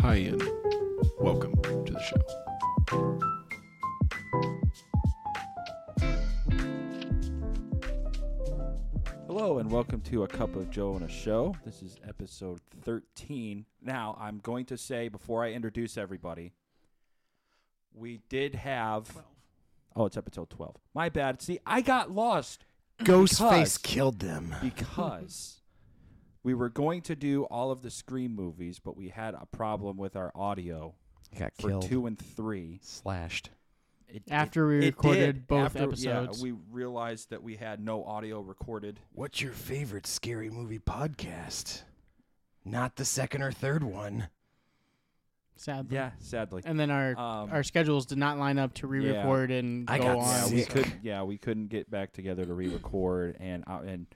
Hi, and welcome to the show. Hello and welcome to A Cup of Joe and a Show. This is episode 13. Now, I'm going to say before I introduce everybody, we did have. Oh, it's episode 12. My bad. See, I got lost Because- Ghostface killed them. because we were going to do all of the Scream movies, but we had a problem with our audio Got for two and three. Slashed. It- it- After we it recorded did. both After- episodes. Yeah, we realized that we had no audio recorded. What's your favorite scary movie podcast? Not the second or third one. sadly. Yeah, sadly. And then our Um, our schedules did not line up to re-record and go I got on. Yeah, we Sick. could. Yeah, we couldn't get back together to re-record, and uh, and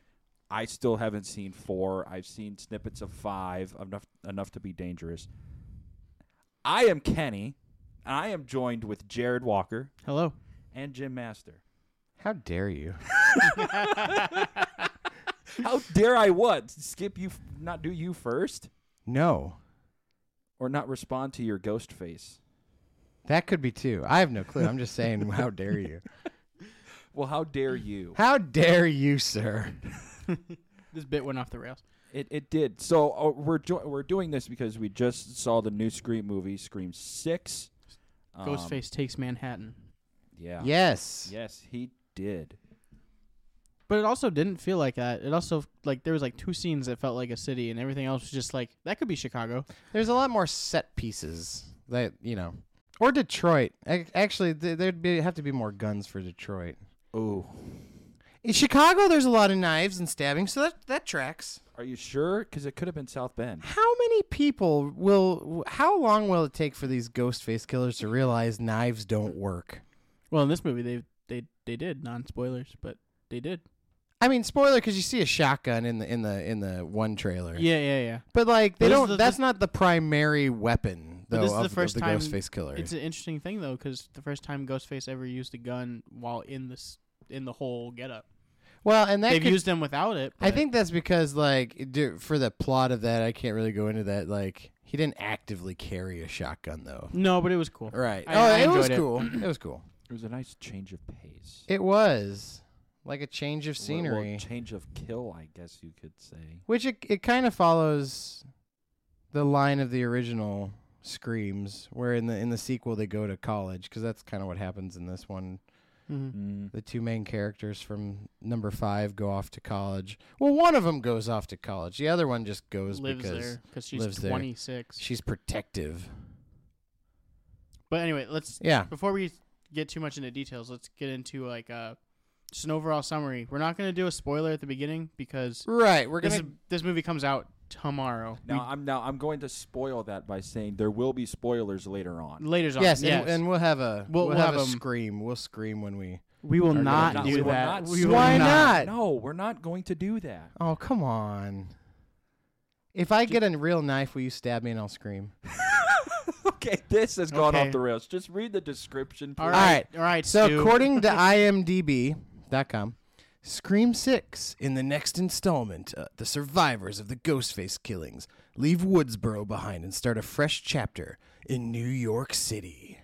I still haven't seen four. I've seen snippets of five, enough enough to be dangerous. I am Kenny. and I am joined with Jared Walker Hello. and Jim Master. How dare you? How dare I what skip you, f- not do you first, No, or not respond to your ghost face? that could be two. I have no clue. I'm just saying, how dare you? Well, how dare you? How dare you, sir? This bit went off the rails. It, it did. So uh, we're jo- we're doing this because we just saw the new Scream movie, Scream Six. Um, Ghostface takes Manhattan. Yeah. Yes. Yes, he did. But it also didn't feel like that. It also like there was like two scenes that felt like a city and everything else was just like that could be Chicago. There's a lot more set pieces that, you know, or Detroit. Ac- Actually, th- there'd be, have to be more guns for Detroit. Ooh. In Chicago, there's a lot of knives and stabbing, so that, that tracks. Are you sure? Because it could have been South Bend. How many people will? How long will it take for these ghost face killers to realize knives don't work? Well, in this movie they they they did non spoilers, but they did. I mean, spoiler because you see a shotgun in the in the in the one trailer. Yeah, yeah, yeah. but like they But this don't. is the- that's not the primary weapon But though this is of the first of the time ghost face killer. It's an interesting thing though, because the first time Ghostface ever used a gun while in this in the whole getup, well, and that they've could- used them without it. I but- think that's because like d- for the plot of that, I can't really go into that. Like he didn't actively carry a shotgun though. no, but it was cool. Right. I- oh, I it was enjoyed it. cool. it was cool. It was a nice change of pace. It was like a change of scenery. Well, well, change of kill, I guess you could say. Which it, it kind of follows the line of the original screams, where in the in the sequel they go to college, because that's kind of what happens in this one. Mm-hmm. Mhm. Mm. The two main characters from number five go off to college. Well, one of them goes off to college. The other one just goes lives because there because she's lives there. 26. she's protective. But anyway, let's Yeah, before we get too much into details, let's get into like uh, just an overall summary. We're not going to do a spoiler at the beginning because right. We're this, gonna. this movie comes out tomorrow. Now I'm now I'm going to spoil that by saying there will be spoilers later We- on. later's on. Yes, yes. And, and we'll have a we'll, We'll- we'll have, have a 'em- scream. We'll scream when we. we will We're not not- do we will that. not we will Why not? No, we're not going to do that. Oh come on! If I get a real knife, will you stab me and I'll scream? Okay, this has gone Okay. off the rails. Just read the description. Please. All All right, right. all right. So, Stu. according to IMDb.com, Scream 6 in the next installment, uh, the survivors of the Ghostface killings leave Woodsboro behind and start a fresh chapter in New York City.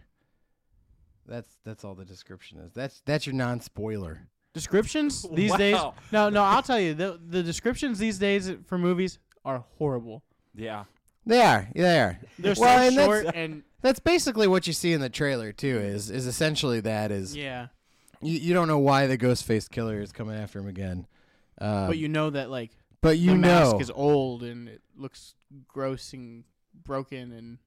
That's that's all the description is. That's that's your non-spoiler. descriptions these Wow. days, no, no, I'll tell you the the descriptions these days for movies are horrible. Yeah. They are. They are. They're so Well, and that's- short and That's basically what you see in the trailer too is is essentially that is yeah, you, you don't know why the Ghostface killer is coming after him again. Uh, but you know that like but you the know mask is old and it looks gross and broken and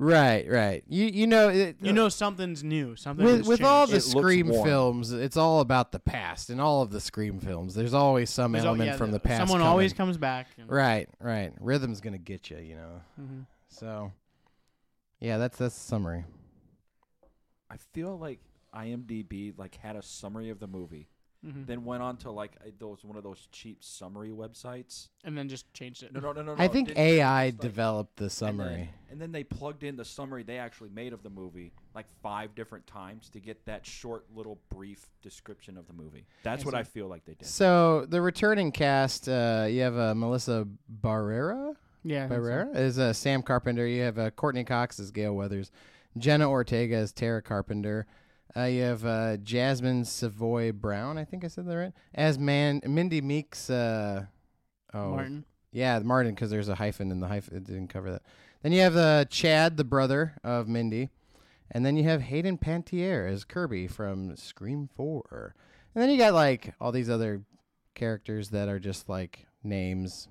right right you you know it, you know something's new something with has with all the changed. It looks scream warm. films, it's all about the past. In all of the scream films, there's always some There's al- element yeah, from the past. someone coming. always comes back and- right, right. Rhythm's gonna get you, you know. Mhm. So, yeah, that's that's the summary. I feel like IMDb like had a summary of the movie Mhm. then went on to like uh, those one of those cheap summary websites. and then just changed it. No, no, no, no. I no, think didn't- AI just, like- developed the and then- summary. and then they plugged in the summary they actually made of the movie like five different times to get that short little brief description of the movie. That's what I feel like they did. So the returning cast, uh, you have uh, Melissa Barrera. Yeah. that's it. Barrera is uh, Sam Carpenter. You have uh, Courtney Cox as Gail Weathers. Jenna Ortega as Tara Carpenter. Uh, you have uh, Jasmine Savoy Brown. I think I said that right. As man Mindy Meeks. Uh, oh, Martin. yeah, Martin, because there's a hyphen in the hyphen. It didn't cover that. Then you have uh, Chad, the brother of Mindy. And then you have Hayden Pantier as Kirby from Scream 4. And then you got like all these other characters that are just like names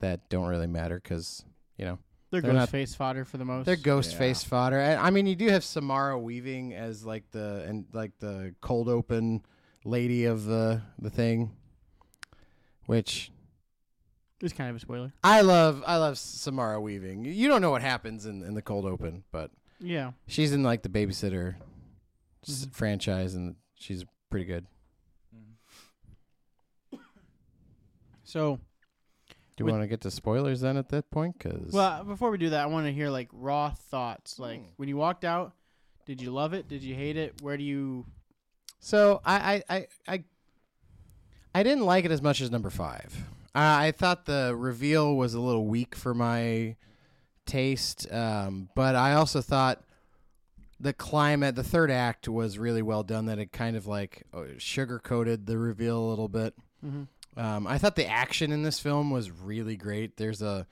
that don't really matter because, you know, They're, They're ghost not- face fodder for the most. they're ghost Yeah. face fodder. I, I mean, you do have Samara Weaving as like the and like the cold open lady of the the thing, which it's kind of a spoiler. I love I love Samara Weaving. You don't know what happens in, in the cold open, but Yeah. she's in like the babysitter s franchise, and she's pretty good. Mm-hmm. So, Do we With- want to get to spoilers then at that point? Because well, before we do that, I want to hear like raw thoughts. Like Hmm. when you walked out, did you love it? Did you hate it? Where do you? so I I, I I I didn't like it as much as number five. I I thought the reveal was a little weak for my taste, um, but I also thought the climate, the third act was really well done. That it kind of like sugar coated the reveal a little bit. Um, I thought the action in this film was really great. There's a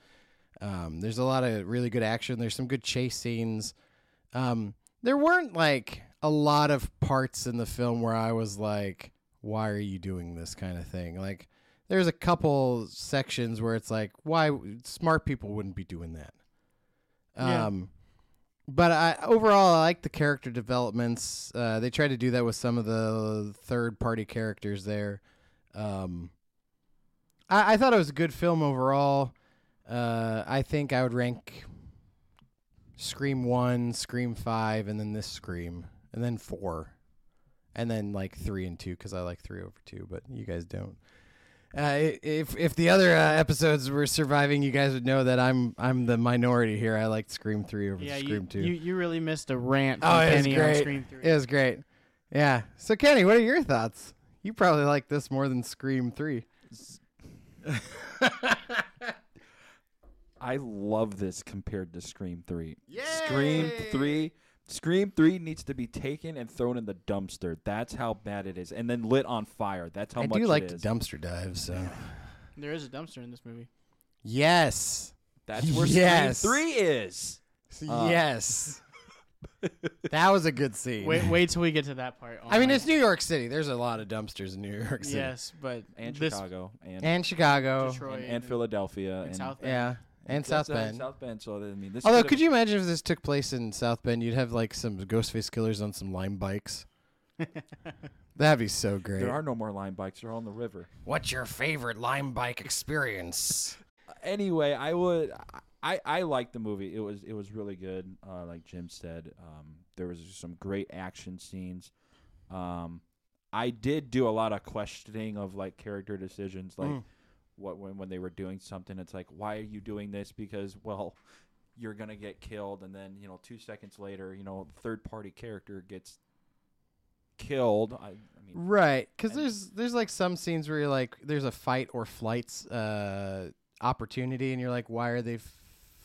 um, there's a lot of really good action. There's some good chase scenes. Um, there weren't like a lot of parts in the film where I was like, "Why are you doing this kind of thing?" Like, there's a couple sections where it's like, "Why smart people wouldn't be doing that?" Yeah. Um, but I overall I like the character developments. Uh, they tried to do that with some of the third party characters there. Um, I, I thought it was a good film overall. Uh, I think I would rank Scream one, Scream five, and then this Scream, and then four, and then like three and two because I like three over two, but you guys don't. Uh, i- if if the other uh, episodes were surviving, you guys would know that I'm I'm the minority here. I liked Scream three over Yeah, you, Scream two. you you really missed a rant. Oh, from it was Kenny on great. screen three. It was great. Yeah. So Kenny, what are your thoughts? You probably like this more than Scream three. I love this compared to Scream 3. Scream 3 Scream 3 needs to be taken and thrown in the dumpster. That's how bad it is. And then lit on fire. That's how I much do like it to is. dumpster dive. So There is a dumpster in this movie. yes, That's where Yes. Scream 3 is. Uh, yes, that was a good scene. Wait, wait till we get to that part. Oh I mean, my- it's New York City. There's a lot of dumpsters in New York City yes, but And this Chicago and and, and Chicago. Detroit and Philadelphia and and, South Bend. Yeah, and Yeah, South so- and Bend. uh, South Bend. So I mean, this Although, could you imagine if this took place in South Bend? You'd have like some Ghostface killers on some lime bikes. That'd be so great. There are no more line bikes. They're all on the river. What's your favorite lime bike experience? anyway, I would. I, I liked the movie. It was it was really good. Uh, like Jim said, um, there was some great action scenes. Um, I did do a lot of questioning of like character decisions, like Mm. what when when they were doing something. It's like, why are you doing this? Because well, you're gonna get killed, and then you know, two seconds later, you know, third party character gets killed. I, I mean, Right, because And- there's there's like some scenes where you're like, there's a fight or flights uh, opportunity, and you're like, why are they f-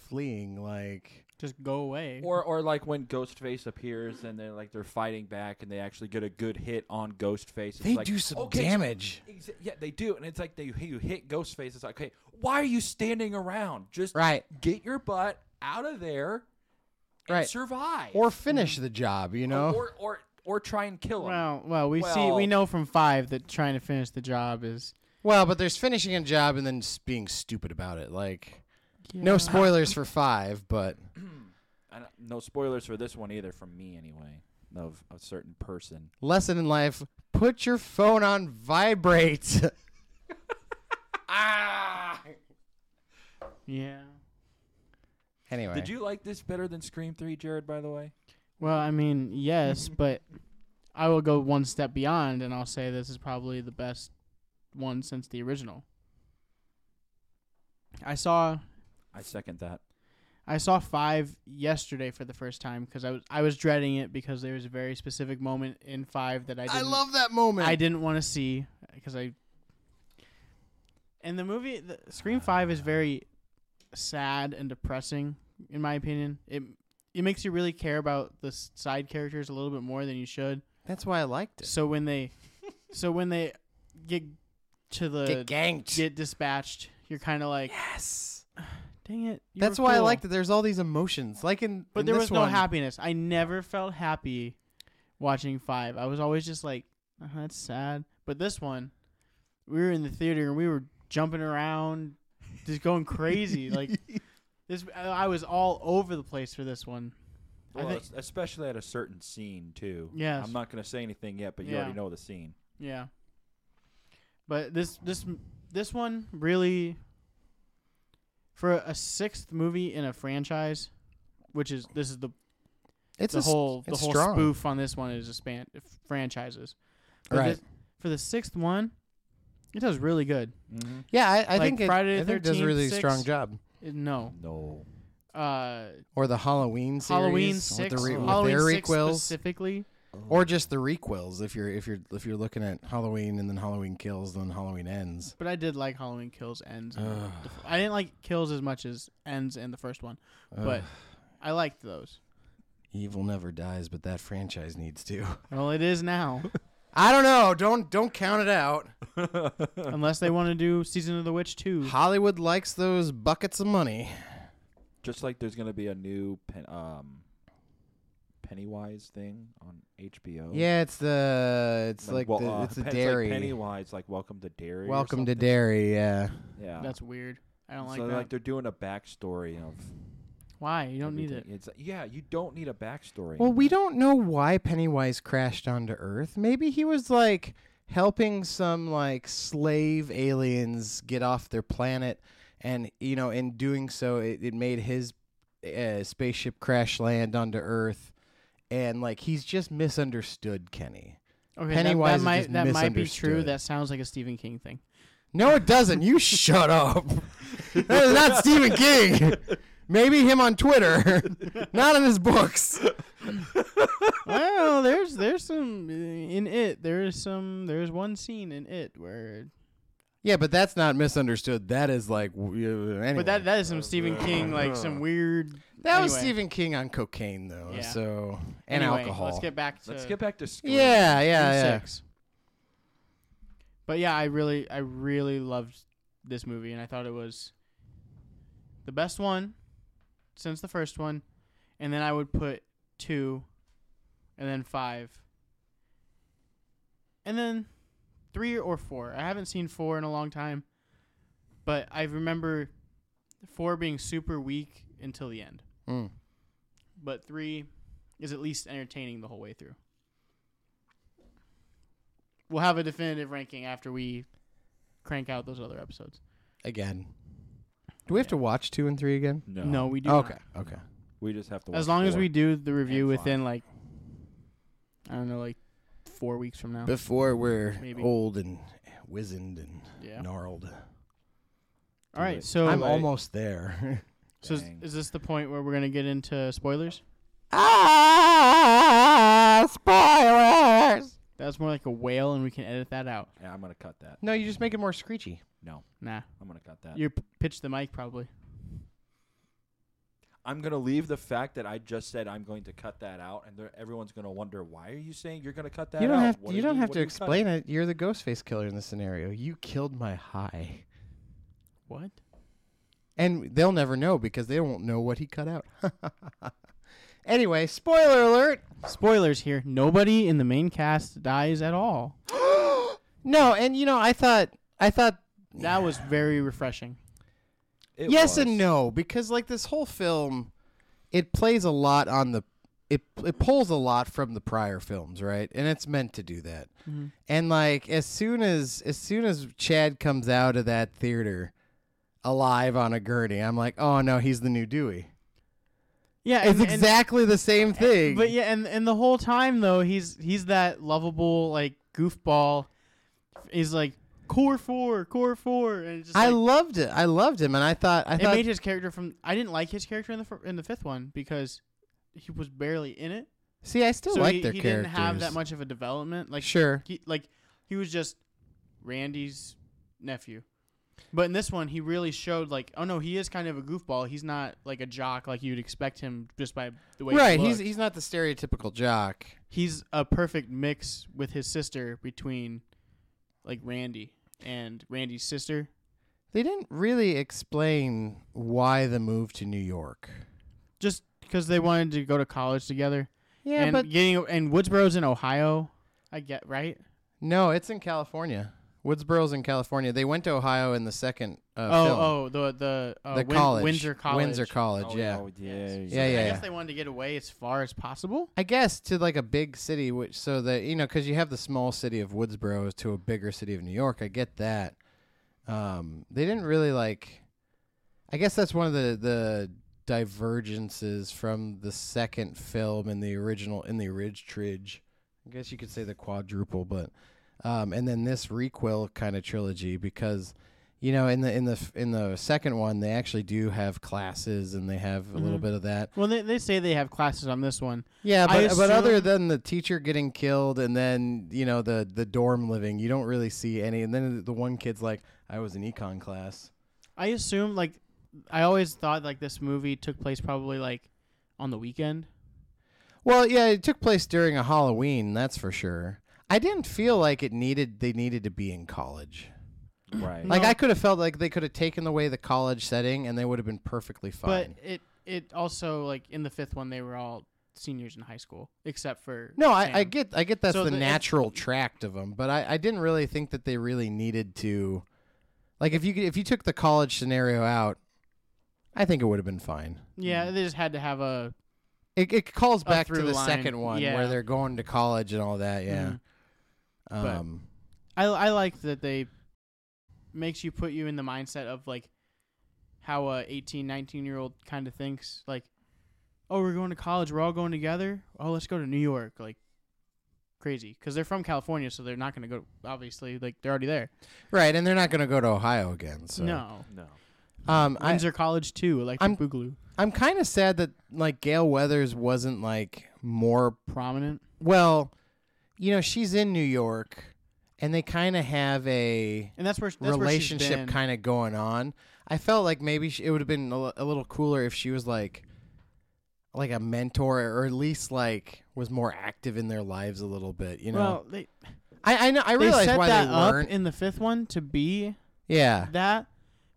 fleeing? Like, Just go away. Or or like when Ghostface appears and they're like they're fighting back and they actually get a good hit on Ghostface. It's they like, do some okay, damage. exa- Yeah, they do, and it's like they you hit Ghostface. It's like, okay, why are you standing around? Just Right, get your butt out of there and Right. survive, or finish the job, you know? or or or try and kill him. well, well, we see we Well- know from five that trying to finish the job is well, but there's finishing a job and then just being stupid about it. Like, no spoilers for five, but I don't- no spoilers for this one either, from me anyway, of a certain person. lesson in life: put your phone on vibrate. Yeah. anyway, Did you like this better than Scream Three, Jared? By the way, Well, I mean, yes, but I will go one step beyond, and I'll say this is probably the best one since the original. I saw I second that. I saw five yesterday for the first time because I was I was dreading it because there was a very specific moment in five that I didn't, I love that moment. I didn't want to see because I. And the movie, the, Ah. Scream Five, is very sad and depressing, in my opinion. It it makes you really care about the s- side characters a little bit more than you should. That's why I liked it. So when they, so when they get to the Get ganked. get dispatched, you're kind of like, yes. dang it. you That's were why I cool." liked that there's all these emotions. Like in But in there this was no one. happiness. I never felt happy watching Five. I was always just like, uh that's sad. But this one, we were in the theater and we were jumping around, just going crazy. like this, I- I was all over the place for this one. I Well, think- es- especially at a certain scene too. Yes. I'm not going to say anything yet, but you Yeah. already know the scene. Yeah. But this this this one really for a sixth movie in a franchise, which is this is the It's the a s- whole the it's whole strong. spoof on this one is just span franchises. But Right. this- for the sixth one, it does really good. Mm-hmm. Yeah, I, I Like think it, Friday the I think it does a 13th, really six. strong job. It- no, No. uh, Or the Halloween series, Halloween with six, the re- with Halloween their six requels, specifically. or just the requels. If you're if you're if you're looking at Halloween and then Halloween kills, then Halloween ends. But I did like Halloween Kills ends. and Ugh. the f- I didn't like Kills as much as ends in the first one, but Ugh. I liked those. evil never dies, but that franchise needs to. Well, it is now, I don't know. Don't don't count it out. unless they want to do Season of the Witch two. Hollywood likes those buckets of money. Just like there's going to be a new pen, um, Pennywise thing on HBO. Yeah, it's the it's like well, the, uh, it's a Pen- dairy. Like Pennywise, like Welcome to Dairy. or Welcome to something. dairy. Yeah, Yeah. That's weird. I don't like so that. like they're doing a backstory of. Why you don't need it? everything. It's yeah, you don't need a backstory. Well, we don't know why Pennywise crashed onto Earth. Maybe he was like helping some like slave aliens get off their planet, and you know, in doing so, it, it made his uh, spaceship crash land onto Earth, and like he's just misunderstood Kenny. Okay, Pennywise that, is that might that just might be true. misunderstood. That sounds like a Stephen King thing. No, it doesn't. You shut up. That is not Stephen King. Maybe him on Twitter, not in his books. well, there's there's some uh, in it. There is some there's one scene in it where, Yeah, but that's not misunderstood. That is like, w- uh, anyway. but that that is some Stephen King like some weird. That was anyway. Stephen King on cocaine though, Yeah. so and anyway, alcohol. Let's get back to Let's get back to Scream. yeah, yeah, Scream yeah. six. But yeah, I really I really loved this movie, and I thought it was the best one since the first one, and then I would put two, and then five, and then three or four. I haven't seen four in a long time, but I remember four being super weak until the end. Mm. But three is at least entertaining the whole way through. We'll have a definitive ranking after we crank out those other episodes. Again. Do we have to watch two and three again? No. No, we do. okay, not. okay. We just have to. As watch long as four. we do the review And five. within like, I don't know, like four weeks from now. Before we're Maybe. old and wizened and yeah. gnarled, All right. it. So, I'm Right. almost there. so is, Dang. is this the point where we're gonna get into spoilers? ah, spoilers! That's more like a whale, and we can edit that out. Yeah, I'm gonna cut that. No, you just make it more screechy. No, Nah, I'm gonna cut that. you p- pitch the mic probably. I'm gonna leave the fact that I just said I'm going to cut that out, and they're- everyone's gonna wonder why are you saying you're gonna cut that you don't out? have What you are don't have what to are you cutting?" explain it. You're the ghost face killer in this scenario. You killed my high. What? And they'll never know because they won't know what he cut out. anyway, spoiler alert. Spoilers here. Nobody in the main cast dies at all. No, and you know, I thought I thought That was very refreshing. It yes was. and no because like this whole film it plays a lot on the it it pulls a lot from the prior films, right? And it's meant to do that. Mm-hmm. And like as soon as as soon as Chad comes out of that theater alive on a gurney, I'm like, "Oh no, he's the new Dewey." Yeah, It's and- and- exactly the same thing. But yeah, and and the whole time though, he's he's that lovable like goofball. He's like core four, core four, and it's just I like, loved it. I loved him, and I thought I it thought made his character from. I didn't like his character in the fir- in the fifth one because he was barely in it. See, I still so like he, their he didn't characters. have that much of a development. Like sure. he like he was just Randy's nephew. But in this one, he really showed like, oh no, he is kind of a goofball. He's not like a jock like you'd expect him just by the way. he Right, he's looked. he's not the stereotypical jock. he's a perfect mix with his sister between like Randy and Randy's sister. They didn't really explain why the move to New York. Just because they wanted to go to college together. Yeah, and but getting and Woodsboro's in Ohio. I get right. no, it's in California. Woodsboro's in California. They went to Ohio in the second uh, oh, film. oh, the the, uh, the Win- college, Windsor College. Windsor College, Oh, yeah. oh, yeah, Yes. Yeah, I yeah, guess yeah. they wanted to get away as far as possible. I guess to like a big city, which so that you know, because you have the small city of Woodsboro to a bigger city of New York. I get that. Um, they didn't really like. I guess that's one of the the divergences from the second film and the original in the Ridge Tridge. I guess you could say the quadruple, but um, and then this requel kind of trilogy because you know in the in the f- in the second one they actually do have classes and they have a little Mhm. bit of that. Well, they, they say they have classes on this one. Yeah, but I but other assume- than the teacher getting killed and then you know the the dorm living, you don't really see any. And then the one kid's like, "I was in econ class." I assume like I always thought like this movie took place probably like on the weekend. Well, yeah, it took place during a Halloween, that's for sure. I didn't feel like it needed they needed to be in college. Right. Like No. I could have felt like they could have taken away the college setting and they would have been perfectly fine. But it it also like in the fifth one they were all seniors in high school except for no, I, I Sam. get I get that's So the, the- it's- natural tract of them, but I, I didn't really think that they really needed to, like if you could- if you took the college scenario out, I think it would have been fine. yeah they just had to have a It, it calls A back to through the line, second one yeah. where they're going to college and all that. Yeah. Mhm. but- um, I I like that they makes you put you in the mindset of like how a 18 19 year old kind of thinks like oh we're going to college we're all going together oh let's go to New York like crazy cuz they're from California so they're not going to go obviously like they're already there right, and they're not going to go to Ohio again. So no No. um, I, Windsor College too like I'm- Boogaloo I'm kind of sad that like Gail Weathers wasn't like more prominent well, you know, she's in New York, and they kind of have a and that's where that's where she's relationship been. kind of going on. I felt like maybe she, it would have been a li- a little cooler if she was like like a mentor or at least like was more active in their lives a little bit you know well they I, I know I they realize set why that they up weren't. in the fifth one to be yeah, that,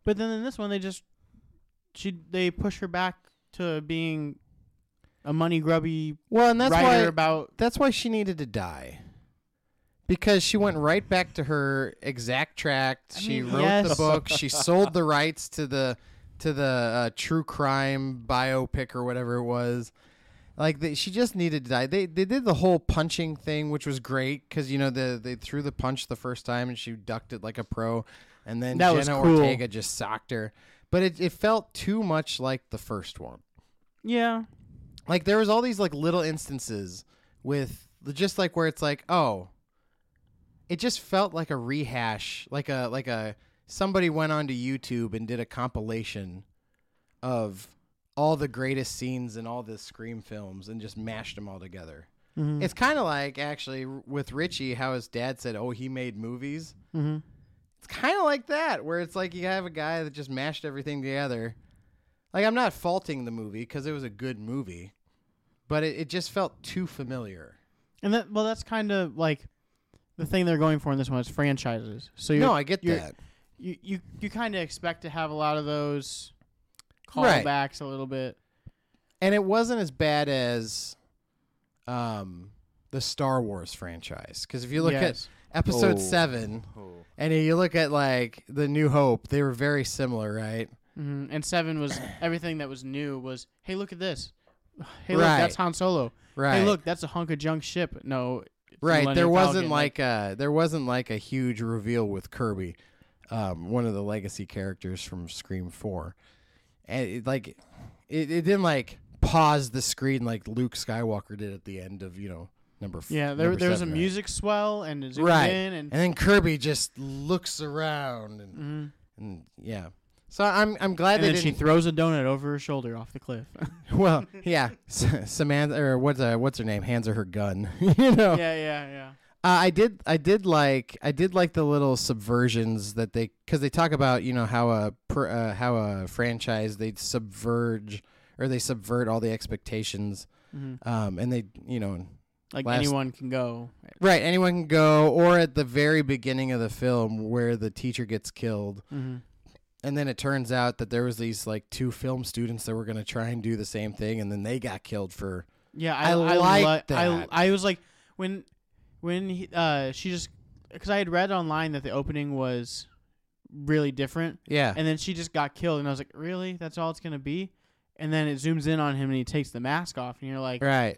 but then in this one they just she they push her back to being a money grubby well, and that's writer why about that's why she needed to die because she went right back to her exact tract. I she mean, wrote the yes. book. She sold the rights to the to the uh, true crime biopic or whatever it was. Like they, she just needed to die. They they did the whole punching thing, which was great because you know the they threw the punch the first time and she ducked it like a pro, and then That was Jenna cool. Ortega just socked her. But it, it felt too much like the first one. yeah like there was all these like little instances with just like where it's like oh it just felt like a rehash like a like a somebody went onto youtube and did a compilation of all the greatest scenes in all the scream films and just mashed them all together it's kind of like actually with richie how his dad said oh he made movies mm-hmm. it's kind of like that where it's like you have a guy that just mashed everything together like i'm not faulting the movie because it was a good movie but it, it just felt too familiar and that well that's kind of like the thing they're going for in this one is franchises so you no i get you're- that you you, you kind of expect to have a lot of those Right. callbacks a little bit and it wasn't as bad as um the star wars franchise because if you look yes. at episode Oh. 7 and you look at like the new hope they were very similar right hmm and seven was everything that was new was hey look at this hey look Right. that's Han Solo right hey look that's a hunk of junk ship no it's the Right. Millennium There wasn't Falcon. like a there wasn't like a huge reveal with Kirby, um, one of the legacy characters from Scream Four, and it, like it, it didn't like pause the screen like Luke Skywalker did at the end of you know number f- Yeah, there, number there was a seven, right? music swell and it zoomed Right. in and and then Kirby just looks around and, Mhm. and yeah. So I'm I'm glad And they then she didn't. throws a donut over her shoulder off the cliff. well, yeah, S- Samantha or what's uh, what's her name? Hands her her gun. you know. yeah, yeah, yeah. Uh, I did. I did like. I did like the little subversions that they, because they talk about you know how a per, uh, how a franchise they subverge or they subvert all the expectations, hmm um, and they you know Like Last- anyone can go. right anyone can go or at the very beginning of the film where the teacher gets killed, Mm-hmm. and then it turns out that there was these like two film students that were gonna try and do the same thing, and then they got killed for Yeah, I I, I, like like that. I I was like when when he, uh she just because I had read online that the opening was really different, yeah and then she just got killed, and I was like, really? That's all it's gonna be? And then it zooms in on him, and he takes the mask off, and you're like, right.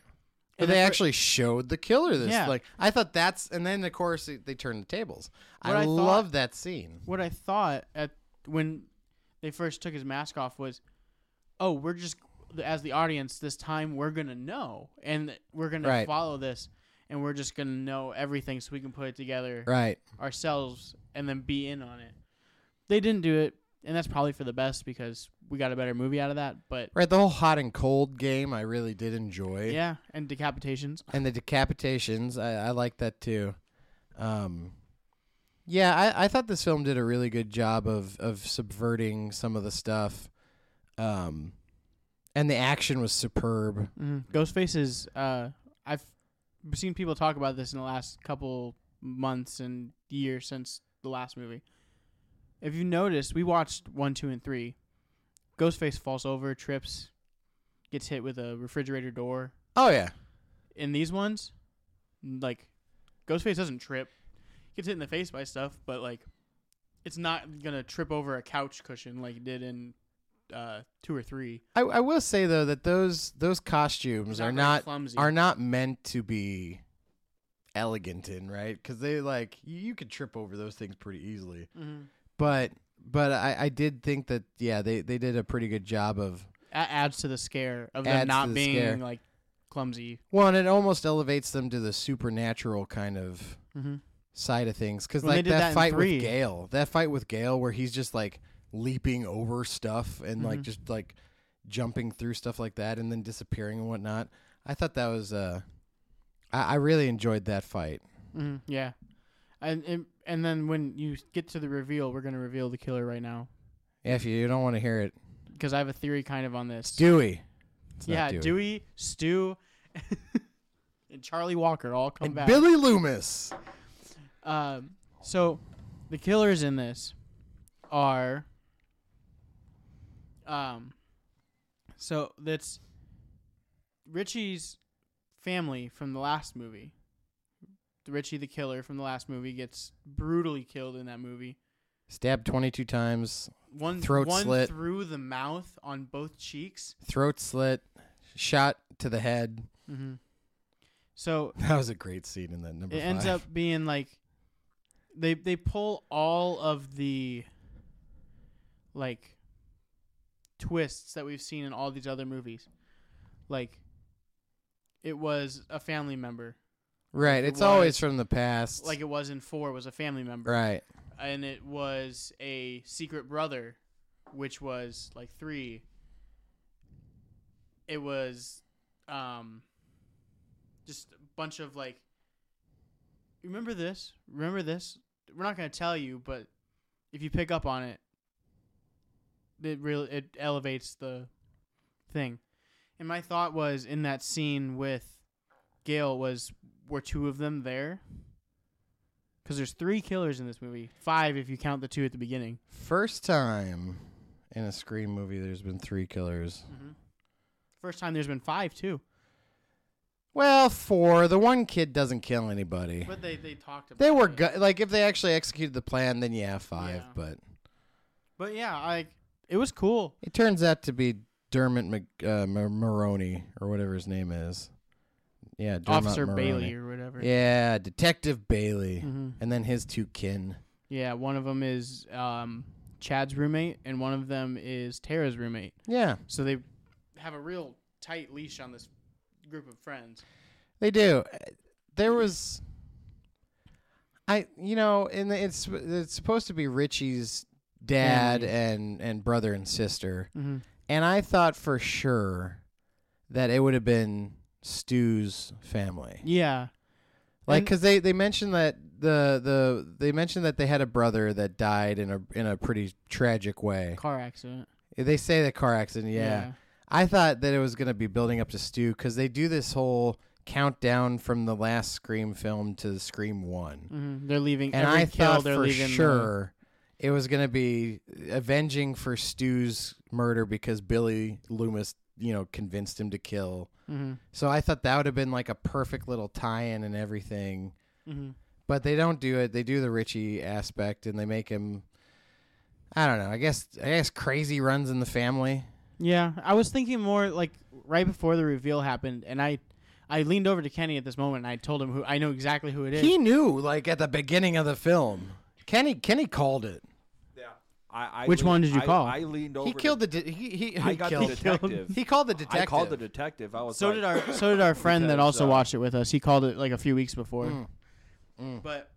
But and they the fir- actually showed the killer this. Yeah. Like I thought that's, and then of course they- they turned the tables. I, What I thought- love that scene. what I thought at when they first took his mask off was, oh, we're just as the audience this time we're gonna know, and we're gonna Right. follow this, and we're just gonna know everything so we can put it together Right. ourselves and then be in on it. They didn't do it, and that's probably for the best because we got a better movie out of that. But Right. The whole hot and cold game I really did enjoy. yeah, and decapitations. And the decapitations, I, I like that too. Um, yeah, I, I thought this film did a really good job of of subverting some of the stuff. Um, and the action was superb. Ghostface is. Uh, I've seen people talk about this in the last couple months and years since the last movie. If you noticed, we watched one, two, and three. Ghostface falls over, trips, gets hit with a refrigerator door. Oh yeah. In these ones, like Ghostface doesn't trip, gets hit in the face by stuff, but like it's not gonna trip over a couch cushion like it did in uh, two or three. I, I will say though that those those costumes It's are very not clumsy. are not meant to be elegant in right because they like you, you could trip over those things pretty easily Mhm. but but I, I did think that yeah they, they did a pretty good job of that adds to the scare of them Adds to not the being scare. like clumsy. well and it almost elevates them to the supernatural kind of Mm-hmm. side of things because Well, they like did that that in fight three. with Gale that fight with Gale where he's just like leaping over stuff and like Mhm. just like jumping through stuff like that and then disappearing and whatnot I thought that was uh I, I really enjoyed that fight Mm-hmm. Yeah, and, and and then when you get to the reveal, we're gonna reveal the killer right now if you don't want to hear it because I have a theory kind of on this. Dewey. It's not yeah, Dewey. Stu, and Charlie Walker all come And back. Billy Loomis. um, so the killers in this are um, so that's Richie's family from the last movie. Richie the killer from the last movie gets brutally killed in that movie. Stabbed 22 times, One Throat one slit. through the mouth on both cheeks. throat slit, shot to the head. Mm-hmm. So That was a great scene in that number it five. ends up being like they they pull all of the like twists that we've seen in all these other movies like it was a family member right. it It's always was- from the past. like it was in four was a family member right. and it was a secret brother which was like three it was um just a bunch of like remember this remember this we're not going to tell you but if you pick up on it it really it elevates the thing and my thought was in that scene with gail was were two of them there because there's three killers in this movie five if you count the two at the beginning First time in a Scream movie, there's been three killers. Mm-hmm. first time there's been five too Well, four. The one kid doesn't kill anybody. but they they talked about They were it. gu- like if they actually executed the plan, then yeah, five. Yeah. But but yeah like it was cool It turns out to be Dermot Mc, uh, Mar- Maroney or whatever his name is. Yeah, Dermot officer Maroney. bailey or whatever Yeah, Detective Bailey, Mhm. and then his two kin. Yeah, one of them is um, Chad's roommate, and one of them is Tara's roommate. Yeah, So they have a real tight leash on this group of friends. They do. Uh, There was, I you know, and it's it's supposed to be Richie's dad Family. and and brother and sister, Mm-hmm. and I thought for sure that it would have been Stu's family, Yeah. like And- because they they mentioned that the the they mentioned that they had a brother that died in a in a pretty tragic way. Car accident. They say the car accident, yeah. I thought that it was going to be building up to Stu because they do this whole countdown from the last Scream film to Scream One, hmm They're leaving. and every I kill, thought they're for leaving the- sure it was going to be avenging for Stu's murder because Billy Loomis, you know, convinced him to kill. Mhm. So I thought that would have been like a perfect little tie-in and everything, Mhm. but they don't do it. They do the Richie aspect and they make him. I don't know. I guess I guess crazy runs in the family. Yeah, I was thinking more like right before the reveal happened, and I, I leaned over to Kenny at this moment, and I told him who I know exactly who it is. He knew, like at the beginning of the film. Kenny Kenny called it. I, I Which leaned- one did you I- call? I leaned over. He to- killed the. De- he he, I he got killed. the detective. he called the detective. I called the detective. I was so like, did our so did our friend that Because, also uh, watched it with us. He called it like a few weeks before. Mm. Mm. But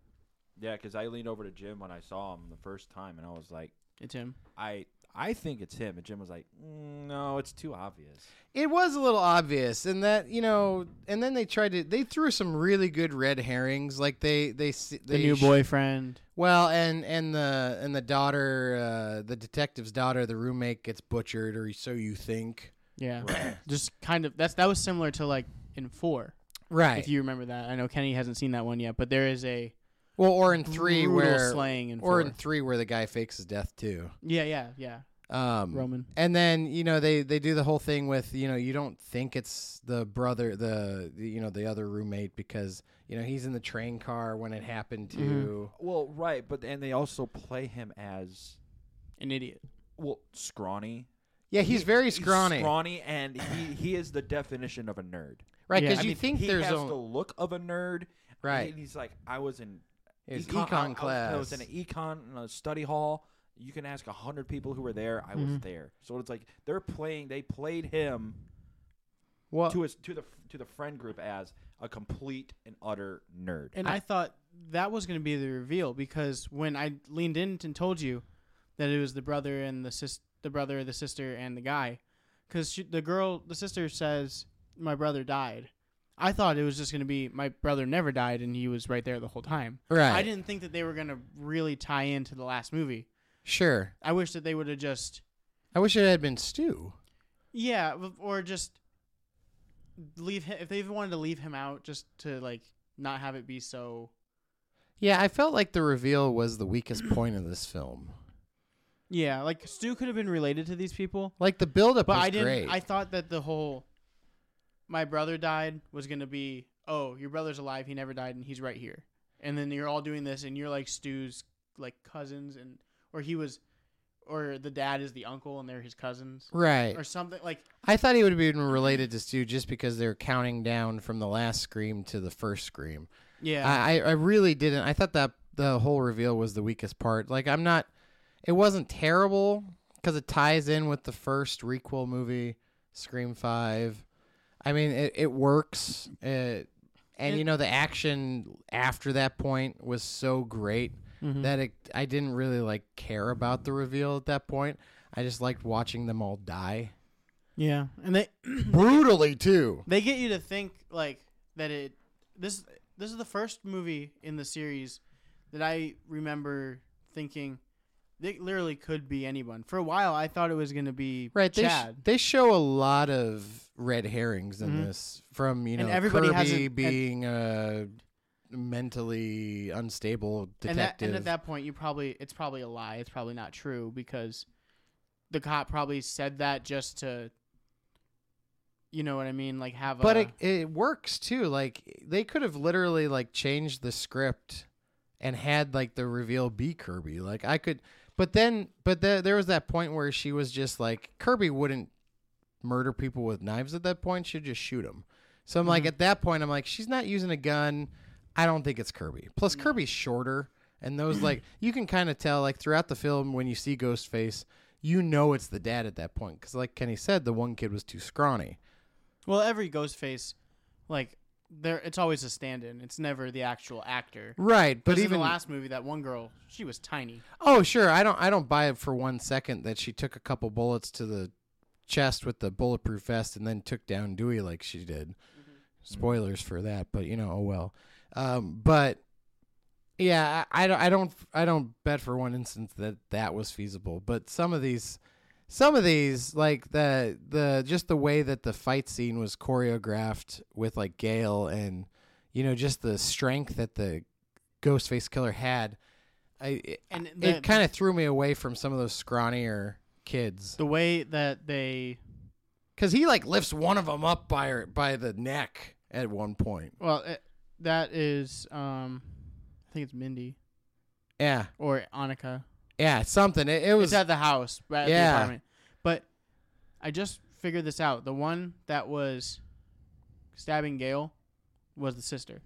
yeah, because I leaned over to Jim when I saw him the first time, and I was like, it's him. I I think it's him. And Jim was like, "Mm, No, it's too obvious. It was a little obvious, and that you know, and then they tried to. They threw some really good red herrings, like they they s- The they new sh- boyfriend. Well, and and the and the daughter, uh, the detective's daughter, the roommate gets butchered, or so you think. Yeah, just kind of that's that was similar to like in four, Right. if you remember that. I know Kenny hasn't seen that one yet, but there is a well, or in three brutal where slaying in or four. in three where the guy fakes his death too. yeah, yeah, yeah. Um, Roman. And then you know they they do the whole thing with you know you don't think it's the brother the, the you know the other roommate because you know he's in the train car when it happened to Mm-hmm. Well, right, but and they also play him as An idiot. well scrawny. yeah he's very scrawny He's scrawny, and he he is the definition of a nerd. right Yeah. because I you mean, think he there's has only the look of a nerd, Right. and he's like, I was in it was econ- I- econ, I was- class I was, in an econ in a study hall. You can ask a hundred people who were there. I Mm-hmm. was there, so it's like they're playing. They played him well to his to the to the friend group as a complete and utter nerd. And I, thought that was going to be the reveal because when I leaned in and told you that it was the brother and the sis, the brother, the sister, and the guy, because the girl, the sister says, "My brother died." I thought it was just going to be my brother never died and he was right there the whole time. right I didn't think that they were going to really tie into the last movie. sure I wish that they would have just I wish it had been Stu yeah, w- or just leave him if they even wanted to leave him out just to like not have it be so yeah I felt like the reveal was the weakest point of this film yeah, like Stu could have been related to these people. like the buildup But was I didn't. great I thought that the whole my brother died was gonna be oh your brother's alive he never died and he's right here and then you're all doing this and you're like Stu's like cousins and or he was or the dad is the uncle and they're his cousins right or something like I thought he would have been related to Stu just because they're counting down from the last scream to the first scream. yeah I, I I really didn't. I thought that the whole reveal was the weakest part. Like, I'm not. It wasn't terrible because it ties in with the first requel movie, Scream Five. I mean, it it works. It, and you know the action after that point was so great that it, I didn't really like care about the reveal at that point. I just liked watching them all die yeah and they brutally too. they get you to think like that it this this is the first movie in the series that I remember thinking it literally could be anyone. For a while, I thought it was going to be Right, they, sh- Chad. Mm-hmm. they show a lot of red herrings in this. From you know, And everybody has Kirby an- being a mentally unstable detective. and, that, and at that point, you probably it's probably a lie. It's probably not true because the cop probably said that just to, you know what I mean, like have but a it, it works too. Like they could have literally like changed the script and had like the reveal be Kirby. Like I could, but then but the, there was that point where she was just like Kirby wouldn't murder people with knives at that point. She'd just shoot them. So I'm like at that point I'm like she's not using a gun. I don't think it's Kirby. Plus Kirby's shorter and those like you can kind of tell like throughout the film when you see Ghostface. You know it's the dad at that point because, like Kenny said, the one kid was too scrawny. Well, every Ghostface, like, there it's always a stand-in. It's never the actual actor. Right, but But even in the last movie, that one girl, she was tiny. oh sure, I don't I don't buy it for one second that she took a couple bullets to the chest with the bulletproof vest and then took down Dewey like she did. Spoilers for that, but you know, oh well. Um, but yeah, I, I don't I don't I don't bet for one instance that that was feasible. But some of these some of these like the the just the way that the fight scene was choreographed with like Gale and you know just the strength that the Ghostface Killer had, I it, And the- it kind of threw me away from some of those scrawnier kids The way that they, because he like lifts one of them up by her, by the neck at one point. well, it, that is, um, I think it's Mindy Yeah, or Annika. yeah, something. It, it was it's at the house, right at Yeah. the apartment. But I just figured this out. The one that was stabbing Gail was the sister.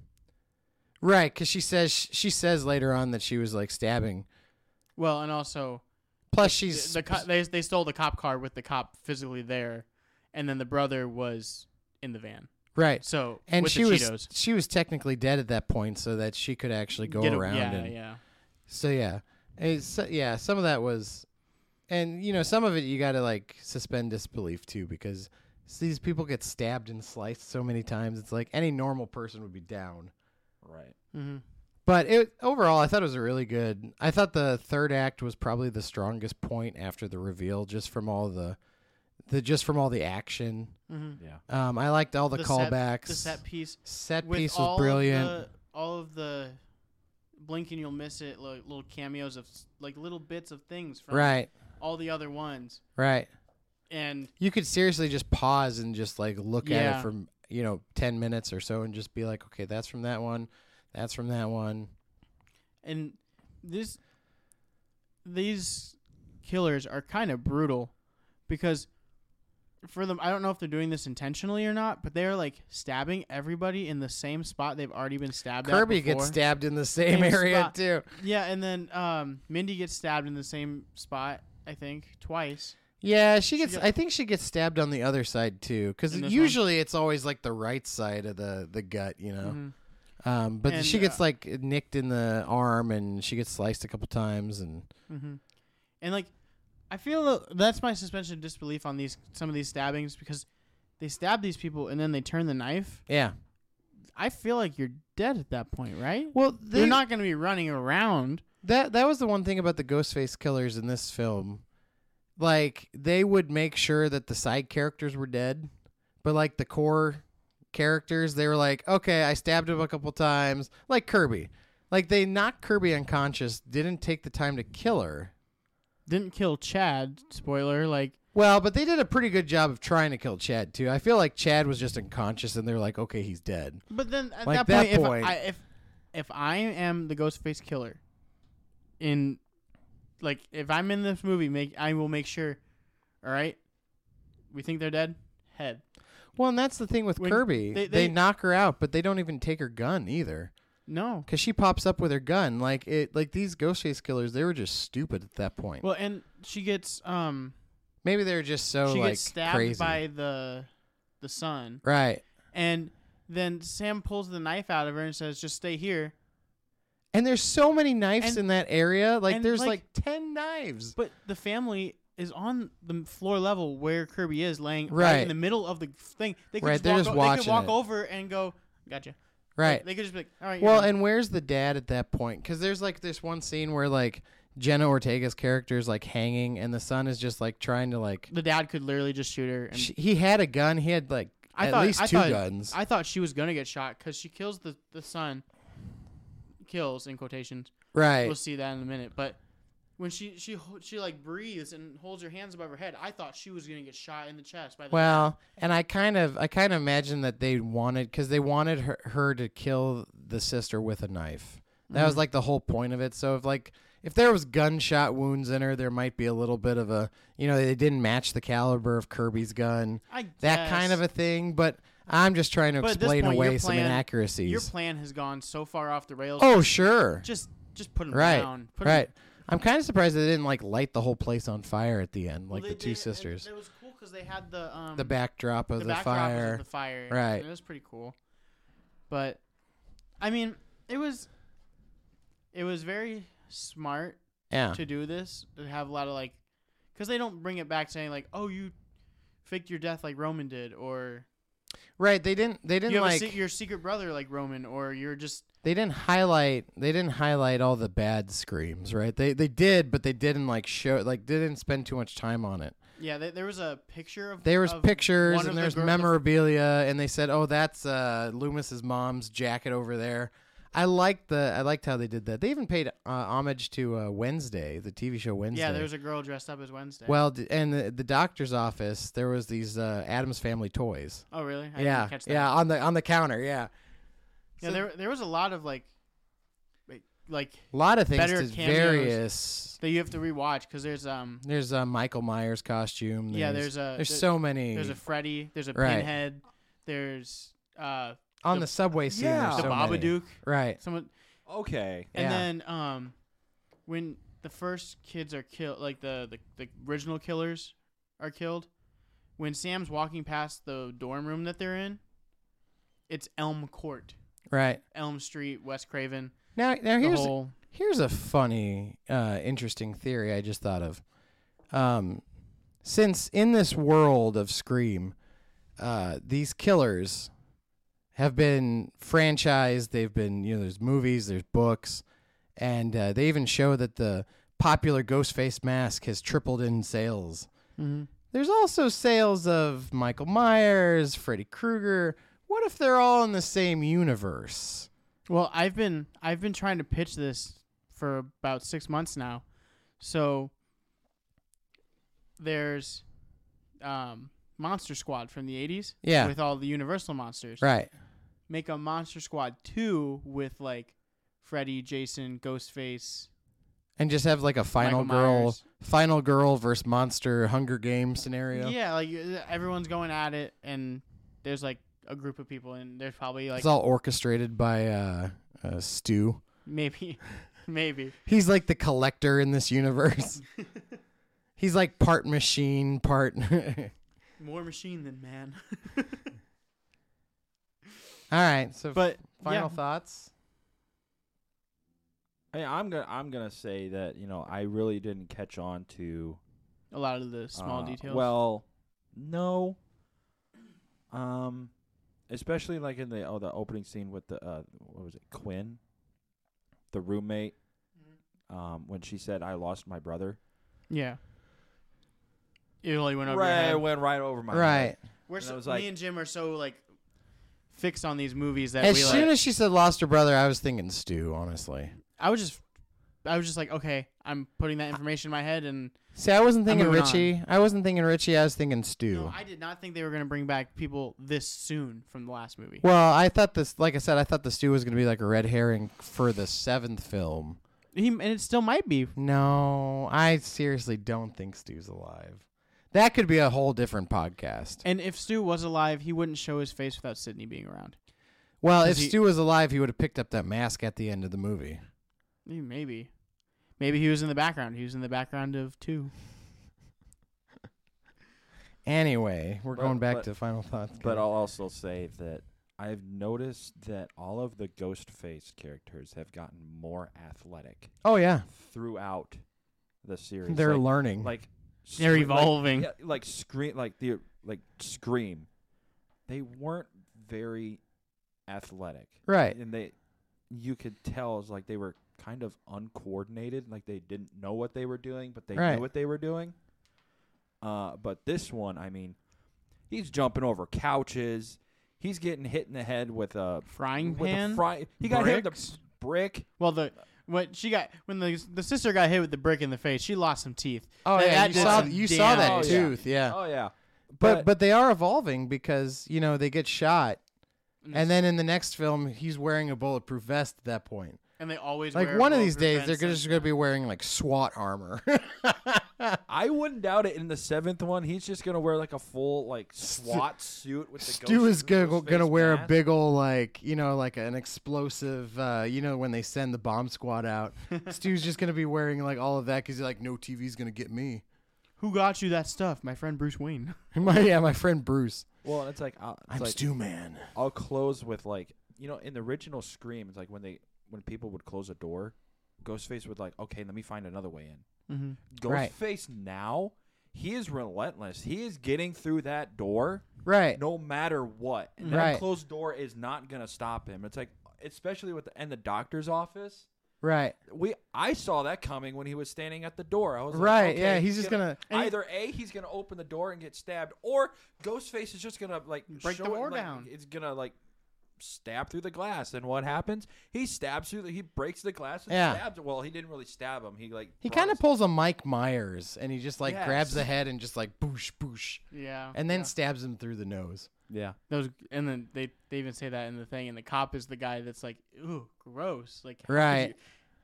right because she says she says later on that she was like stabbing. Well, and also Plus, she's the co- they they stole the cop car with the cop physically there, and then the brother was in the van. right, So and with she the was Cheetos, she was technically dead at that point, so that she could actually go Get a- around. Yeah, and, yeah. So yeah, it's, yeah, some of that was, and you know, some of it you got to like suspend disbelief too because s- these people get stabbed and sliced so many times. It's like any normal person would be down. Right. Mm-hmm. But it overall, I thought it was a really good. I thought the third act was probably the strongest point after the reveal, just from all the, the just from all the action. Mm-hmm. Yeah. Um, I liked all the, set, callbacks. the set piece, Set with piece all was of brilliant. the- all of the blinking, you'll miss it. Like little cameos of s- like little bits of things from Right, all the other ones, right. and you could seriously just pause and just like look at it Yeah. for you know 10 minutes or so and just be like okay that's from that one that's from that one and this these killers are kind of brutal because for them I don't know if they're doing this intentionally or not, but they're like stabbing everybody in the same spot they've already been stabbed at kirby gets before. stabbed in the same, Same area spot. too Yeah, and then um, Mindy gets stabbed in the same spot, I think, twice. yeah she gets got- i think she gets stabbed on the other side too because In this usually it's always like the right side of the the gut you know Mhm. um but And, she gets uh, like nicked in the arm and she gets sliced a couple times and Mm-hmm. And like, I feel tha- that's my suspension of disbelief on these some of these stabbings because they stab these people and then they turn the knife. yeah I feel like you're dead at that point, right? well They're not going to be running around. That that was the one thing about the Ghostface killers in this film. Like they would make sure that the side characters were dead, but like the core characters, they were like, "Okay, I stabbed him a couple times." Like Kirby. Like they knocked Kirby unconscious, didn't take the time to kill her. Didn't kill Chad. Spoiler. Like, Well, but they did a pretty good job of trying to kill Chad too. I feel like Chad was just unconscious and they're like, "Okay, he's dead." but then at that Like point, that if point. I if if I am the Ghostface killer, in like if I'm in this movie, make I will make sure. All right, we think they're dead. Head. Well, and that's the thing with When Kirby. they- they they- knock her out, but they don't even take her gun either. No. because she pops up with her gun like it like these ghostface killers they were just stupid at that point Well, and she gets um maybe they were just so she Oh, like gets stabbed crazy by the the son, right and then Sam pulls the knife out of her and says, "Just stay here." and there's so many knives And- in that area like and, there's like, like- 10 knives But the family is on the floor level where Kirby is laying right, Right. in the middle of the thing. They could just Right, they're walk just o- They watching could walk it. over and go, "Gotcha." right They could just be like, "All right." you're well done." and where's the dad at that point because there's like this one scene where like jenna ortega's character is like hanging and the son is just like trying to like the dad could literally just shoot her. And sh he had a gun he had like I at thought- least I two thought- guns I thought she was gonna get shot because she kills the the son. Kills in quotations. right We'll see that in a minute. But when she she ho- she like breathes and holds her hands above her head, I thought she was gonna get shot in the chest by the Well, and I kind of, I kind of imagine that they wanted, because they wanted her, her to kill the sister with a knife. That Mm-hmm. was like the whole point of it. So if like, if there was gunshot wounds in her, there might be a little bit of a, you know, they didn't match the caliber of Kirby's gun, I that guess. kind of a thing. But I'm just trying to But at this explain point, your away some plan- Your inaccuracies. plan has gone so far off the rails. Oh sure, just just put him right, down. Put 'em- right. I'm kind of surprised they didn't like light the whole place on fire at the end, Well, like they the two did, and sisters. It was cool 'cause because they had the um the backdrop of the, backdrop was fire. of the fire. Right. and it was pretty cool. But I mean, it was it was very smart yeah. to do this to have a lot of like because they don't bring it back saying like oh you faked your death like roman did or Right. They didn't. They didn't you have like. a se- your secret brother like roman or you're just they didn't highlight. They didn't highlight all the bad screams. Right. They they did, but they didn't like show. Like they didn't spend too much time on it. yeah th- there was a picture of There was of pictures one of and the there's girl- the- memorabilia, and they said, "Oh, that's uh, Loomis's mom's jacket over there." I liked the. I liked how they did that. They even paid uh, homage to uh, Wednesday, the TV show Wednesday. yeah there was a girl dressed up as wednesday Well, d- and the, the doctor's office, there was these uh, Adams Family toys. oh really I yeah, didn't catch that. yeah, on the on the counter. Yeah, yeah So- there, there was a lot of like like- like a lot of things Better to cameos. various. that you have to rewatch because there's um There's a Michael Myers costume. There's, yeah there's a there's there- so many there's a freddy there's a Right. pinhead there's uh on the- the subway scene. yeah. there's the so many. babadook Right. someone Okay. And Yeah. then um, when the first kids are killed, like the, the the original killers are killed, when Sam's walking past the dorm room that they're in, it's Elm Court, Right. Elm Street, West Craven. Now, now The here's whole Here's a funny, uh, interesting theory I just thought of. Um, since in this world of Scream, uh, these killers have been franchised. They've been, you know, there's movies, there's books, and uh, they even show that the popular Ghostface mask has tripled in sales. There's also sales of Michael Myers, Freddy Krueger. What if they're all in the same universe? well, I've been I've been trying to pitch this for about six months now, so there's um, Monster Squad from the '80s, Yeah. with all the Universal monsters, Right. make a Monster Squad 2 with like Freddy, Jason, Ghostface. and just have like a final Michael girl Myers. final girl versus monster hunger game scenario Yeah. like uh, everyone's going at it and there's like a group of people and there's probably like it's all orchestrated by uh, uh stu maybe maybe. he's like the collector in this universe he's like part machine part all More machine than man. right so But final yeah. thoughts Hey, I'm gonna I'm gonna say that you know I really didn't catch on to a lot of the small uh, details. Well, no. Um, especially like in the oh the opening scene with the uh what was it Quinn, the roommate. Um, when she said I lost my brother, yeah. It only went over your right, head. it went right over my right head. We're And I so, was like- me and Jim are so like fixed on these movies that as we soon like as she said lost her brother i was thinking stu honestly I was just I was just like, okay, I'm putting that information in my head and see i wasn't thinking moving on. richie i wasn't thinking richie i was thinking stu No, I did not think they were going to bring back people this soon from the last movie. well i thought this like i said i thought the stu was going to be like a red herring for the seventh film He, and it still might be. No, I seriously don't think Stu's alive. That could be a whole different podcast. And if Stu was alive, he wouldn't show his face without Sydney being around. Well, if Is he- Stu was alive, he would have picked up that mask at the end of the movie. Eh, Maybe. Maybe he was in the background. He was in the background of two. Anyway, we're But- going back but- to final thoughts. But I'll also say that I've noticed that all of the Ghostface characters have gotten more athletic oh yeah, throughout the series. they're like, learning. like They're scre- evolving. Like, yeah, like scream, like the like scream. They weren't very athletic, right. and they you could tell is like they were kind of uncoordinated. Like they didn't know what they were doing, but they Right. knew what they were doing. Uh, but this one, I mean, he's jumping over couches. He's getting hit in the head with a Frying with pan? A fry, he got hit with Bricks? a brick. well, the what she got when the the sister got hit with the brick in the face, she lost some teeth. Oh That- yeah, that you did saw some you saw that damage. Oh, yeah. tooth. Yeah, Oh yeah, but, but they are evolving because you know they get shot, it's- and then in the next film, he's wearing a bulletproof vest. At that point, And they always like wear one of bulletproof these days, they're vests and- just going to be wearing like SWAT armor. I wouldn't doubt it. In the seventh one, he's just gonna wear like a full like SWAT suit with the Stu ghost- is gonna ghost gonna face wear a mask. big ol' like you know like an explosive uh, you know when they send the bomb squad out. Stu's just gonna be wearing like all of that because he's like no TV's gonna get me. Who got you that stuff? My friend Bruce Wayne. my, yeah, my friend Bruce. Well, it's like I'll, it's I'm like, Stu Man. I'll close with like you know in the original Scream, it's like when they when people would close a door, Ghostface would like okay, let me find another way in. Mm-hmm. Right. Ghostface now he is relentless. He is getting through that door Right. no matter what. And that Right. closed door is not gonna stop him. It's like especially with the, and the doctor's office. Right. We I saw that coming when he was standing at the door. I was like, Right, okay, yeah, he's just gonna- and he- either a he's gonna open the door and get stabbed, or Ghostface is just gonna like Break show the it, door like, down. It's gonna like stab through the glass, and what happens? He stabs through. The, he breaks the glass and Yeah. stabs. Well, he didn't really stab him. He like He brought kind of his- pulls a Mike Myers and he just like Yes. grabs the head and just like boosh boosh Yeah. and then yeah. stabs him through the nose. yeah. those and then they they even say that in the thing and the cop is the guy that's like ooh gross like how could Right. you-"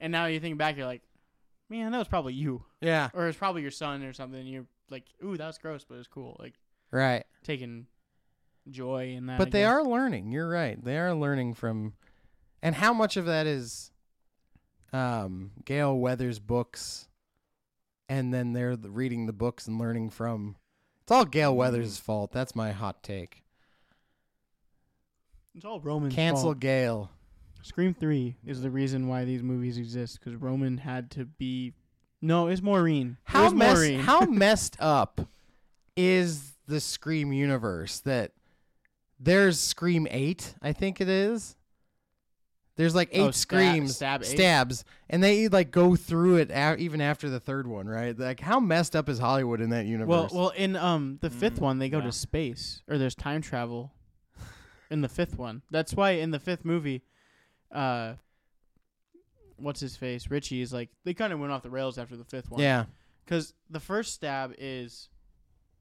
and now you think back you're like man that was probably you Yeah. or it's probably your son or something and you're like ooh that was gross but it was cool like Right. taking joy in that I But they guess. are learning. You're right. They are learning from and how much of that is um Gail Weathers books and then they're th- reading the books and learning from It's all Gail Weathers' Mm. fault. That's my hot take. it's all Roman Cancel Gail. Scream Three is the reason why these movies exist because Roman had to be no it's Maureen It How was mess, Maureen. how messed up is the Scream universe that there's Scream 8, I think it is. There's like eight Oh, stab- screams, stab eight? stabs, and they like go through it a even after the third one, right? Like how messed up is Hollywood in that universe? well well in um the fifth Mm, one they go yeah. to space or there's time travel in the fifth one that's why in the fifth movie uh what's his face Richie is like they kind of went off the rails after the fifth one yeah, because the first stab is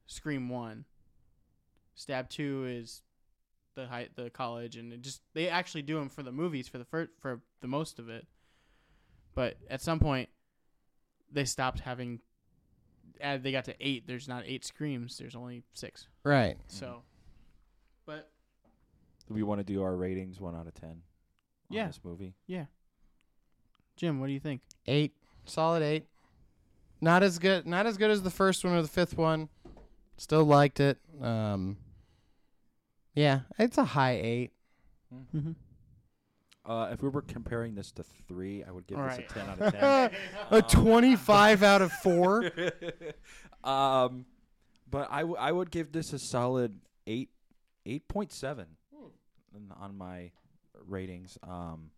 Scream One. Stab Two is the high, the college, and it just they actually do them for the movies for the first for the most of it. But at some point, they stopped having. Add, they got to eight. There's not eight screams. There's only six. right. Mm-hmm. So, but Do we want to do our ratings one out of ten? on Yeah. this movie. Jim, what do you think? Eight, solid eight. Not as good, not as good as the first one or the fifth one. Still liked it. Um, yeah, it's a high eight. Mm-hmm. Uh, if we were comparing this to three, I would give this Alright. a ten out of ten. a 25 out of 4 um, but I, w- I would give this a solid eight eight point seven Hmm. on my ratings. Um,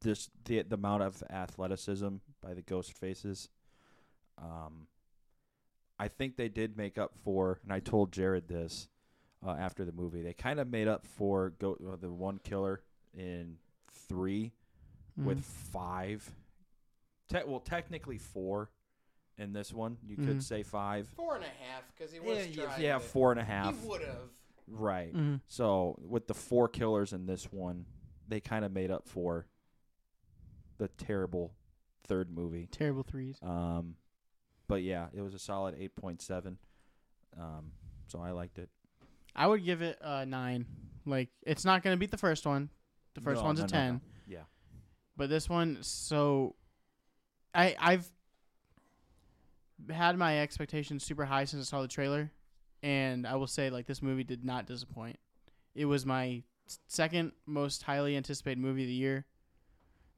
this the the amount of athleticism by the ghost faces. Um, I think they did make up for, and I told Jared this uh, after the movie. They kind of made up for go uh, the one killer in three Mm. with Mm-hmm. five. Te- well, technically four in this one. You Mhm. could say five. four and a half because he Yeah, yeah, yeah, four and a half. would have Right. Mm-hmm. So with the four killers in this one, they kind of made up for the terrible third movie. Terrible threes. Um, but yeah, it was a solid eight point seven. Um, so I liked it. I would give it a nine. Like it's not gonna beat the first one. The first No, one's no, a no, ten. no. Yeah. But this one, so I I've had my expectations super high since I saw the trailer, and I will say like this movie did not disappoint. It was my s- second most highly anticipated movie of the year,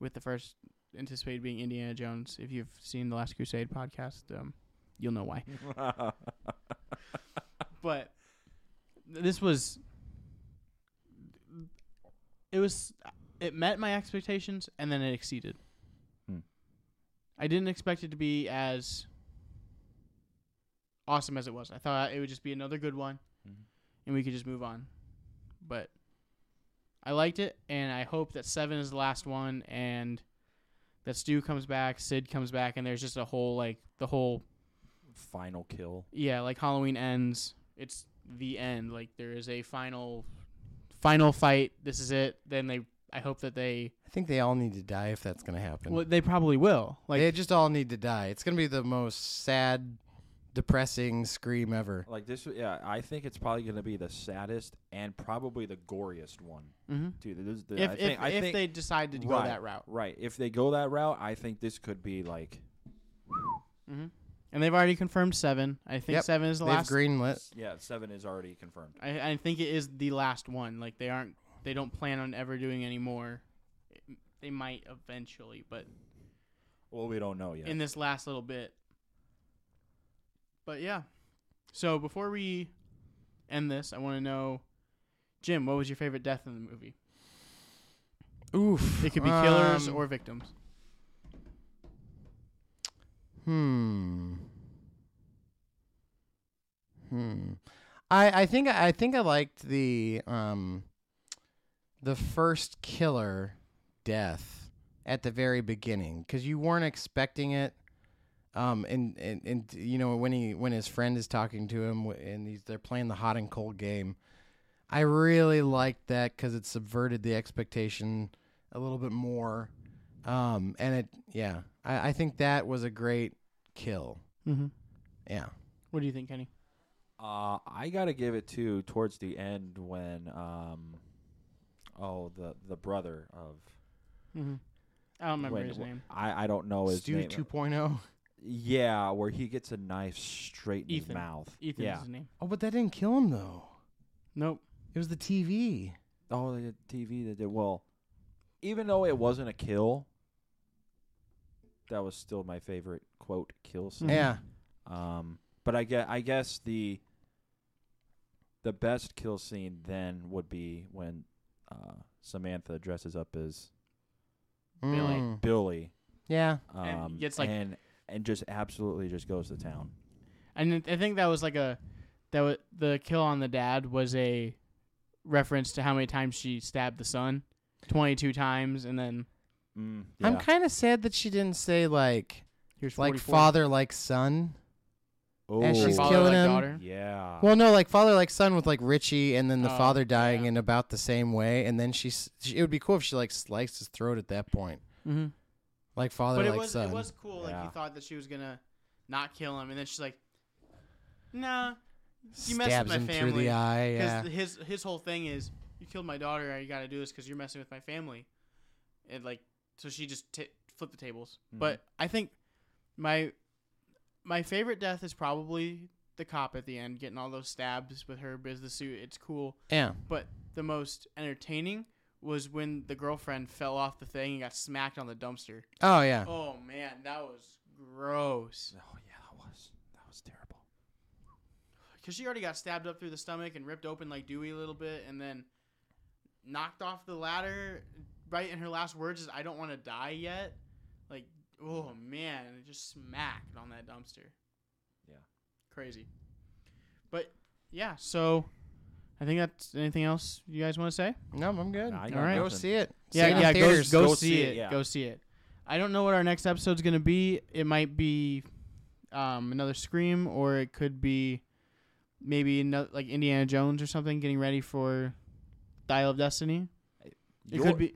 with the first anticipated being Indiana Jones. If you've seen the Last Crusade podcast, um, you'll know why. but th- this was it was it met my expectations and then it exceeded Hmm. i didn't expect it to be as awesome as it was i thought it would just be another good one Mhm. and we could just move on but i liked it and i hope that seven is the last one and that stu comes back sid comes back and there's just a whole like the whole Final kill. yeah, like Halloween ends. It's the end. Like there is a final, final fight. This is it. Then they. I hope that they. i think they all need to die if that's gonna happen Well, they probably will. Like they just all need to die it's gonna be the most sad depressing scream ever Like this, yeah. I think it's probably going to be the saddest and probably the goriest one mhm. too. This is the, if I if, think, I if think, they decided to go Right. that route. Right. If they go that route, I think this could be like Mm-hmm. and they've already confirmed seven. I think Yep, seven is the They've last. greenlit. Yeah, seven is already confirmed. I, I think it is the last one. Like they aren't. They don't plan on ever doing any more. They might eventually, but Well, we don't know yet. in this last little bit. But yeah. So before we end this, I want to know, Jim, what was your favorite death in the movie? Oof. It could be killers Um, or victims. Hmm. Hmm. I I think I think I liked the um the first killer death at the very beginning cuz you weren't expecting it. Um and, and and you know when he when his friend is talking to him wh- and he's, they're playing the hot and cold game. I really liked that cuz it subverted the expectation a little bit more. Um and it yeah, I I think that was a great kill. Mm-hmm. Yeah. What do you think, Kenny? Uh, I gotta give it to towards the end when um, oh the the brother of Mm-hmm. I don't remember when- his name. I I don't know Oh, his Stu name. uh, oh. 2.0. yeah, where he gets a knife straight in Ethan. his mouth. Ethan's yeah. his name. Oh, but that didn't kill him though. Nope. It was the TV. Oh, the TV that did well. Even though it wasn't a kill, that was still my favorite quote kill scene. Yeah. Mm-hmm. Um, but I get, I guess the the best kill scene then would be when uh, Samantha dresses up as Billy. Mm. Billy, Yeah. um, And gets, like- and and just absolutely just goes to town. And it- I think that was like a that wa the kill on the dad was a reference to how many times she stabbed the son, twenty two times, and then Mm, I'm yeah. kind of sad that she didn't say like here's like 44. father like son. and Oh, Or she's father killing like him. daughter. Yeah. Well, no, like father like son with like Richie, and then the Oh, father dying yeah. in about the same way, and then she, s- she. It would be cool if she like sliced his throat at that point, Mm-hmm. like father But it like was son. it was cool. Like Yeah. he thought that she was gonna not kill him, and then she's like, "Nah," you messed with Stabs my him through family, the eye. because Yeah. his his whole thing is, "You killed my daughter. I got to do this because you're messing with my family," and like so she just t- flipped the tables. But I think my my favorite death is probably the cop at the end getting all those stabs with her business suit. It's cool, yeah. but the most entertaining was when the girlfriend fell off the thing and got smacked on the dumpster. Oh yeah. Oh man, that was gross. oh yeah, that was that was terrible. Cause she already got stabbed up through the stomach and ripped open like Dewey a little bit, and then knocked off the ladder. Right in her last words is, "I don't want to die yet." Like, oh man, it just smacked on that dumpster. Yeah. crazy. But yeah, so I think that's anything else you guys want to say. No, I'm good. Nah, I got Alright. Go nothing. see it. Yeah, see it in yeah. Go, theaters. go, Go see, see it. it, yeah. Go see it. I don't know what our next episode's gonna be. It might be um, another Scream, or it could be maybe ano- like Indiana Jones or something, getting ready for Dial of Destiny. It Your- could be.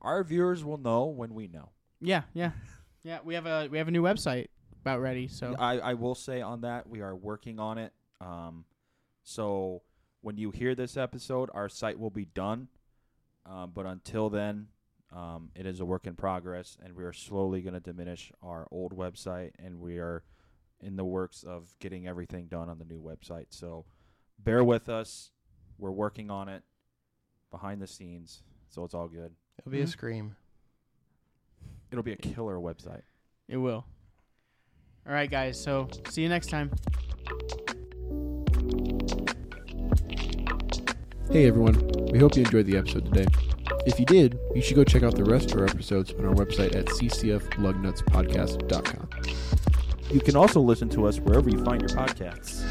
Our viewers will know when we know. Yeah, yeah, yeah. We have a we have a new website about ready. So I, I will say on that we are working on it. Um, so when you hear this episode, our site will be done. Um, but until then, um, it is a work in progress, and we are slowly going to diminish our old website, and we are in the works of getting everything done on the new website. So bear with us. We're working on it behind the scenes, so it's all good. It'll be a Mhm. scream. It'll be a killer website. it will. All right, guys. So see you next time. Hey everyone, we hope you enjoyed the episode today. If you did, you should go check out the rest of our episodes on our website at ccflugnutspodcast.com. You can also listen to us wherever you find your podcasts.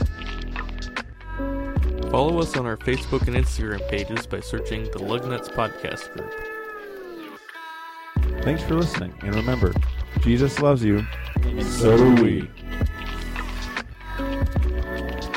Follow us on our Facebook and Instagram pages by searching the Lugnuts Podcast Group. Thanks for listening, and remember, Jesus loves you, and so do we.